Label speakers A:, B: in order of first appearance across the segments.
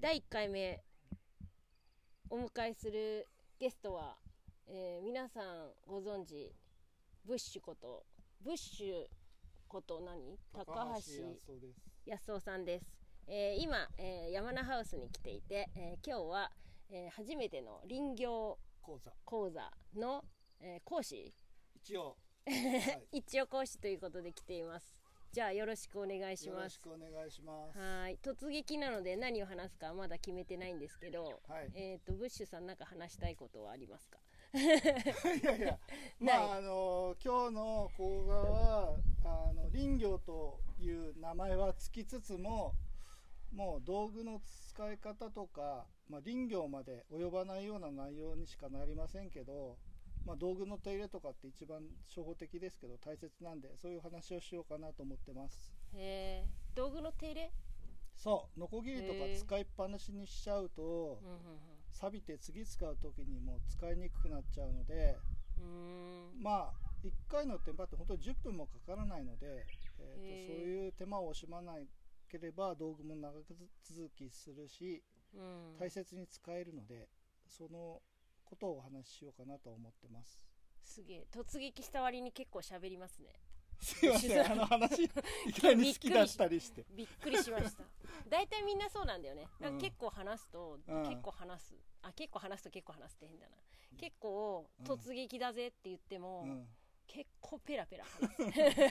A: 第1回目お迎えするゲストは、えー皆さんご存知ブッシュことブッシュこと何高橋
B: 康夫です。
A: 康夫さんです、えー今、えー、山名ハウスに来ていて、えー今日は、えー初めての林業
B: 講座
A: 講座の、えー講師
B: 一応、 はい
A: 一応講師ということで来ていますじゃあよろしくお願いし
B: よろ
A: ま
B: し
A: す
B: くお願いします。
A: はい突撃なので何を話すかまだ決めてないんですけど、
B: はい
A: えっ、とブッシュさんなんか話したいことはありますか
B: いやい や、まああの今日の講座はあの林業という名前はつきつつも、もう道具の使い方とか、まあ林業まで及ばないような内容にしかなりませんけど。まあ、道具の手入れとかって一番初歩的ですけど大切なんでそういう話をしようかなと思ってます
A: へえ道具の手入れ、
B: そうノコギリとか使いっぱなしにしちゃうと、
A: うん
B: 錆びて次使う時にもう使いにくくなっちゃうので
A: うんうん、うーん
B: まあ1回の手間って本当に10分もかからないので、えー
A: へー
B: とそういう手間を惜しまなければ道具も長く続きするし
A: うん
B: 大切に使えるのでそのことをお話ししようかなと思っ てます。
A: すげえ突撃した割に結構喋りますね
B: すいませんあ の話いきなり好き出したりして
A: びっくりしました 大体みんなそうなんだよねなんか結構話すと、
B: うん
A: 結構話すあ結構話すと結構話すって変だな結構突撃だぜって言っても、
B: うん、
A: 結構ペラペラ話す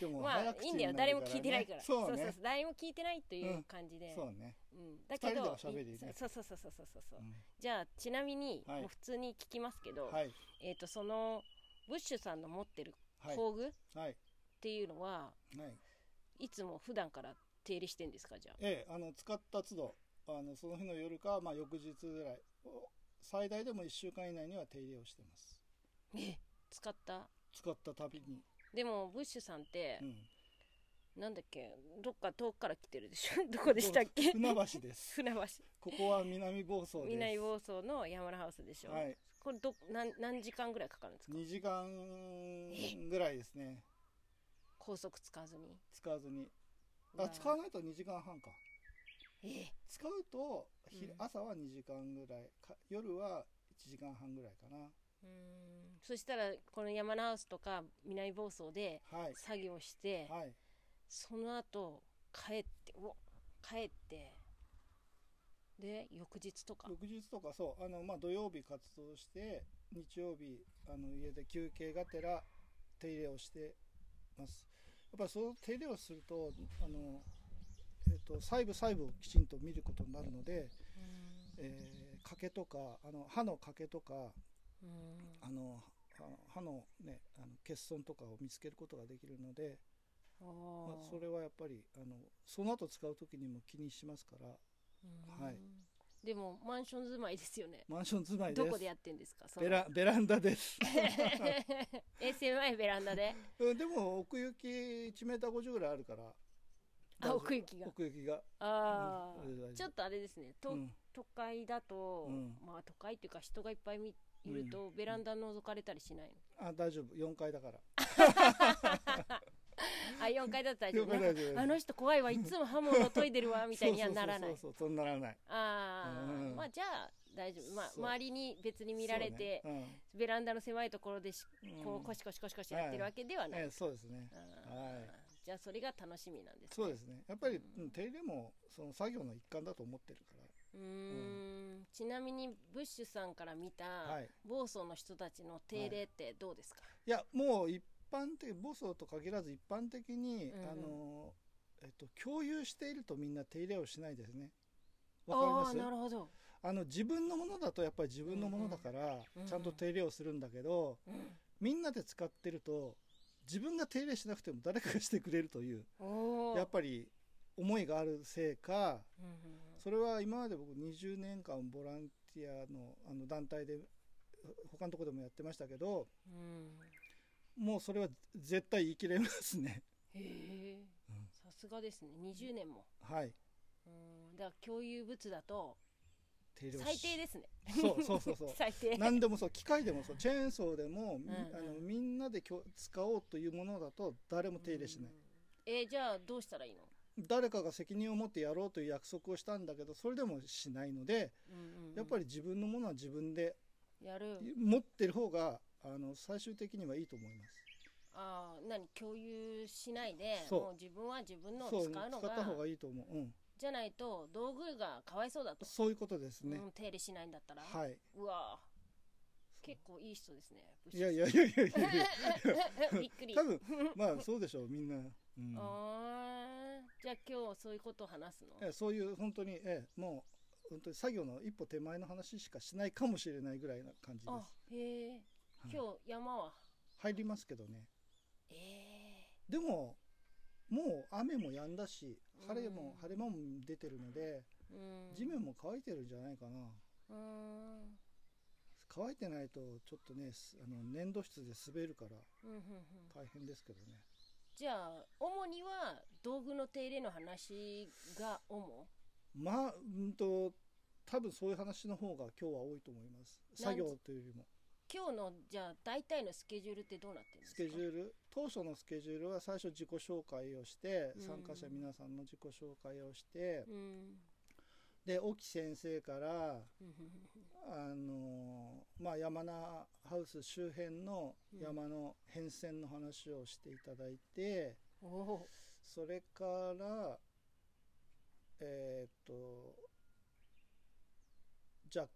B: でも
A: まあ
B: 早
A: い
B: 口
A: いん
B: に
A: だ
B: な
A: よ
B: る
A: 誰も聞いてないから
B: ねそう
A: そう
B: ね
A: そう誰も聞いてないという感じで、
B: そうね
A: うんだけど
B: 二人では喋りね
A: いそうそうそうそうそうそうそう、
B: うん
A: じゃあちなみに、
B: はい
A: もう普通に聞きますけど、
B: はい
A: えっ、とそのブッシュさんの持ってる
B: はい
A: 工具っ
B: はい
A: ていうのは、
B: はい
A: い、つも普段から手入れしてんですかじゃあ
B: ええ、あの使った都度あのその日の夜か、まあ、翌日ぐらいお最大でも1週間以内には手入れをしてます
A: え使った
B: 使ったたびに、
A: でもブッシュさんって
B: う、ん、
A: なんだっけどっか遠くから来てるでしょ どこでしたっけ
B: 船橋です
A: 船橋
B: ここは南房総です
A: 南房総の山田ハウスでしょ、
B: はい
A: これどなん何時間ぐらいかかるんですか
B: 2時間ぐらいですね
A: 高速使わずに
B: 使わずに
A: うわ
B: あ使わないと2時間半か
A: え
B: 使うと、ひ
A: うん
B: 朝は2時間ぐらいか夜は1時間半ぐらいかな
A: うーんそしたらこの山田ハウスとか南房総で
B: はい
A: 作業して、
B: はい
A: その後帰ってうお帰ってで翌日とか
B: 翌日とかそうあの、まあ、土曜日活動して日曜日あの家で休憩がてら手入れをしてますやっぱりその手入れをするとあの、えっと細部細部をきちんと見ることになるので、えー欠けとかあの歯の欠けとか
A: うーん
B: あのあの歯の,、ね、あの欠損とかを見つけることができるので、
A: お
B: まあ、
A: ー
B: それはやっぱりあのその後使う時にも気にしますから
A: うーん
B: はい
A: でもマンション住まいですよね
B: マンション住まいです
A: どこでやってんですかその
B: ベラベランダです
A: え狭いベランダで
B: うんでも奥行き1メーター50ぐらいあるから
A: あ奥行きが
B: 奥行きが
A: ああ、
B: うん
A: ちょっとあれですねと、
B: うん
A: 都会だと、
B: うん
A: まあ都会っていうか人がいっぱいみいると、ベランダ覗かれたりしないの、
B: あ大丈夫4階だから
A: あ4階だったら大丈夫
B: 四階大丈夫
A: なんかあの人怖いわいつも刃物研いでるわみたいにはならない
B: そうそうそうそうそうならない
A: ああ、
B: うん
A: まあじゃあ大丈夫、まあ、
B: そう
A: 周りに別に見られて、
B: そうね
A: ベランダの狭いところでし
B: うん
A: こうコシコシコシコシやってるわけでは
B: うん
A: ない、
B: ええそうですね
A: あー
B: は
A: じゃあそれが楽しみなんで
B: い
A: す
B: そうですねやっぱり、うん、手入れもその作業の一環だと思ってるから
A: うーんちなみにブッシュさんから見た
B: はい
A: 房総の人たちの手入れってどうですか、
B: いやもう一般的ボソと限らず一般的に、
A: うんうん
B: あのえっと共有しているとみんな手入れをしないですねわかります
A: ああなるほど
B: あの自分のものだとやっぱり自分のものだから
A: うんうん
B: ちゃんと手入れをするんだけど、みんなで使ってると自分が手入れしなくても誰かがしてくれるという
A: おお
B: やっぱり思いがあるせいか
A: うんうんうん
B: それは今まで僕20年間ボランティアのあの団体で他のとこでもやってましたけど
A: うん
B: もうそれは絶対言い切れますね
A: へえさすがですね20年も
B: はい
A: うんだから共有物だと
B: 手入れを
A: 最
B: し
A: 低ですね
B: そうそうそうそう
A: 最低
B: 何でもそう機械でもそうチェーンソーでも、
A: ん
B: あのみんなできょ使おうというものだと誰も手入れしない、
A: えーじゃあどうしたらいいの
B: 誰かが責任を持ってやろうという約束をしたんだけどそれでもしないので
A: うんうん
B: やっぱ
A: り
B: り自分のものは自分で
A: やる
B: 持ってる方があの最終的にはいいと思います。
A: ああ何共有しないで
B: そう
A: もう自分は自分のを使
B: そう
A: う
B: 使
A: の
B: った
A: が
B: 方がいいと思う、うん、
A: じゃないと道具がかわいそうだと、
B: そういうことですね、
A: うん、手入れしないんだったら、
B: はいう
A: わー結構いい人ですね
B: いやいやいやいやいやいや
A: びっくり
B: 多分まあそうでしょうみんな、うん、
A: あーじゃあ今日そういうことを話すの
B: ええそういう本当に、ええ、もう本当に作業の一歩手前の話しかしないかもしれないぐらいな感じです、
A: あへえ
B: い
A: 今日山は
B: 入りますけどね
A: え
B: でももう雨も止んだし晴れ
A: う
B: も
A: ん
B: 晴れ間も出てるので
A: えうん
B: 地面も乾いてるんじゃないかな
A: うん
B: 乾いてないとちょっとねすあの粘土質で滑るから
A: うんうんうん
B: 大変ですけどね
A: じゃあ主には道具の手入れの話が主
B: まあうんと多分そういう話の方が今日は多いと思います
A: なん
B: 作業というよりも
A: 今日のじゃあ大体のスケジュールってどうなってるんですか
B: スケジュール当初のスケジュールは最初自己紹介をして
A: うん
B: 参加者皆さんの自己紹介をして
A: うん
B: で沖先生から
A: うんうん
B: あのーまあ山名ハウス周辺の山の変遷の話をしていただいて
A: うんおお
B: それからえーっと若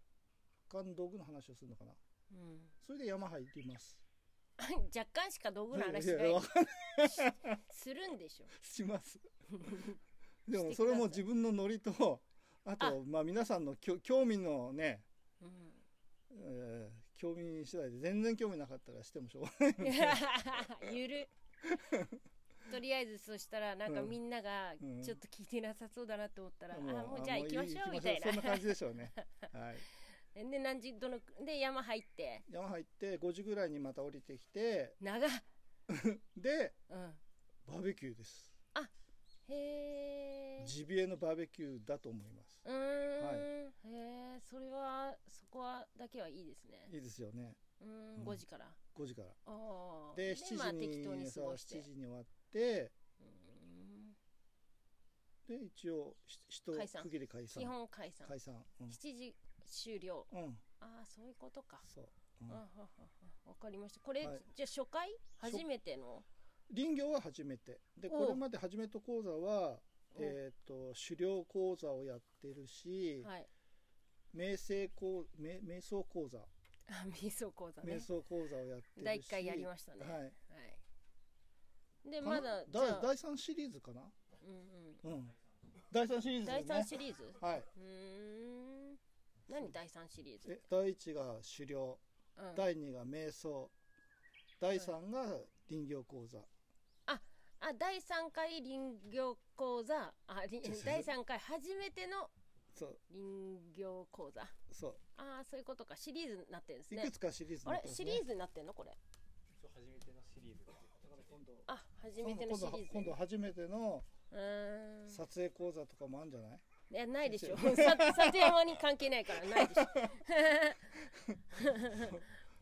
B: 干道具の話をするのかな
A: うん
B: それで山入ります
A: 若干しか道具の話
B: いやいや
A: が
B: わか
A: するんで しょ
B: しますでもそれも自分のノリとあと
A: あ
B: まあ皆さんのきょ興味のね、
A: うん
B: えー興味次第で全然興味なかったらしてもしょうがな い
A: ゆるとりあえずそしたらなんか
B: うん
A: みんなが
B: うん
A: ちょっと聞いてなさそうだなと思ったら、あもう
B: あ
A: じゃあ
B: も
A: 行きましょうみたいな
B: そんな感じでしょう ねはい
A: で何時どので山入って
B: 山入って5時ぐらいにまた降りてきて
A: 長っ
B: で
A: うん
B: バーベキューです
A: へえ
B: ジビエのバーベキューだと思います
A: うーん、へえそれはそこはだけはいいですね
B: いいですよね
A: うー
B: う
A: ん
B: ん
A: 5時から、
B: 5時から
A: ああ
B: で7時に,、
A: まあ、適当に過
B: さ
A: ご
B: 7
A: して
B: 時に終わって
A: うー
B: で一応ひ一
A: 解散
B: 区切り解
A: ん基
B: 散
A: 本解散
B: 解散うん
A: 7時終了
B: うん
A: ああそういうことか
B: そう、うん
A: あはははわかりました。これ、
B: はい
A: じゃあ初回初めての。
B: 林業は初めてで
A: おう
B: これまで初めて講座は、
A: うん
B: えー、と狩猟講座をやってるし、
A: はい。
B: 瞑想講瞑瞑想講座、
A: あ、瞑想講座ね
B: 瞑。想講座をやってるし
A: 第一回やりましたね。
B: は
A: はいい。で、
B: かな
A: まだ、じゃ
B: 第
A: あ、
B: 第3シリーズかな、
A: うんうん。
B: うん、第3シリーズで
A: 第
B: す
A: 三
B: ね
A: シリーズ。
B: はいう
A: ーん。何第三シリーズっ
B: え
A: て。
B: 第1が狩猟
A: うん
B: 第2が瞑想第3が林業講座、
A: あ、第三回林業講座。あ、り
B: そうそう
A: 第三回初めての
B: そう
A: 林業講座。
B: そう
A: ああ、そういうことか。シリーズになってるんです
B: い
A: ね
B: く。つかシリーズ
A: あ
B: になっ
A: れ
B: て、ます
A: シ
B: ね
A: リーズになってんのこれ。
C: そう初めてのシリーズが
B: 今度
A: あ、初めてのシリーズ。
B: 今度初めての
A: うーん。
B: 撮影講座とかもあるんじゃない、
A: いやないでしょ
B: 先
A: さ里山に関係ないからない でしょ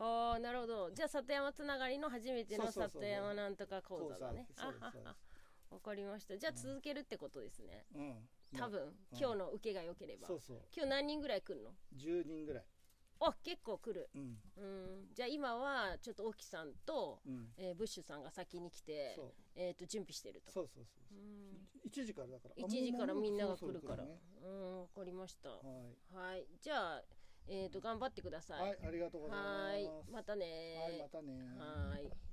A: ああなるほどじゃあ里山つながりの初めての
B: そうそうそう
A: 里山なんとか講座だね
B: 講座そうです
A: あは
B: そうで
A: はわかりましたじゃあ続けるってことですね、
B: うん、
A: 多分、今日の受けが良ければ
B: そうそう
A: 今日何人ぐらい来るの
B: 10人ぐらい
A: あ結構来る
B: うん
A: うんじゃあ今はちょっと沖さんと、
B: うん
A: えーブッシュさんが先に来て
B: そう
A: えー、と準備してると
B: そうそうそう
A: う
B: そ
A: ん
B: う1時からだからあ
A: 1時から
B: もう
A: みんなが
B: そ
A: 来
B: ろ
A: る
B: そろ
A: から
B: ね
A: うんわかりました
B: はい
A: はい、じゃあ、えっ、と、頑張ってください。
B: はい、ありがとうございます
A: はーいまたね
B: はいまたね
A: はーい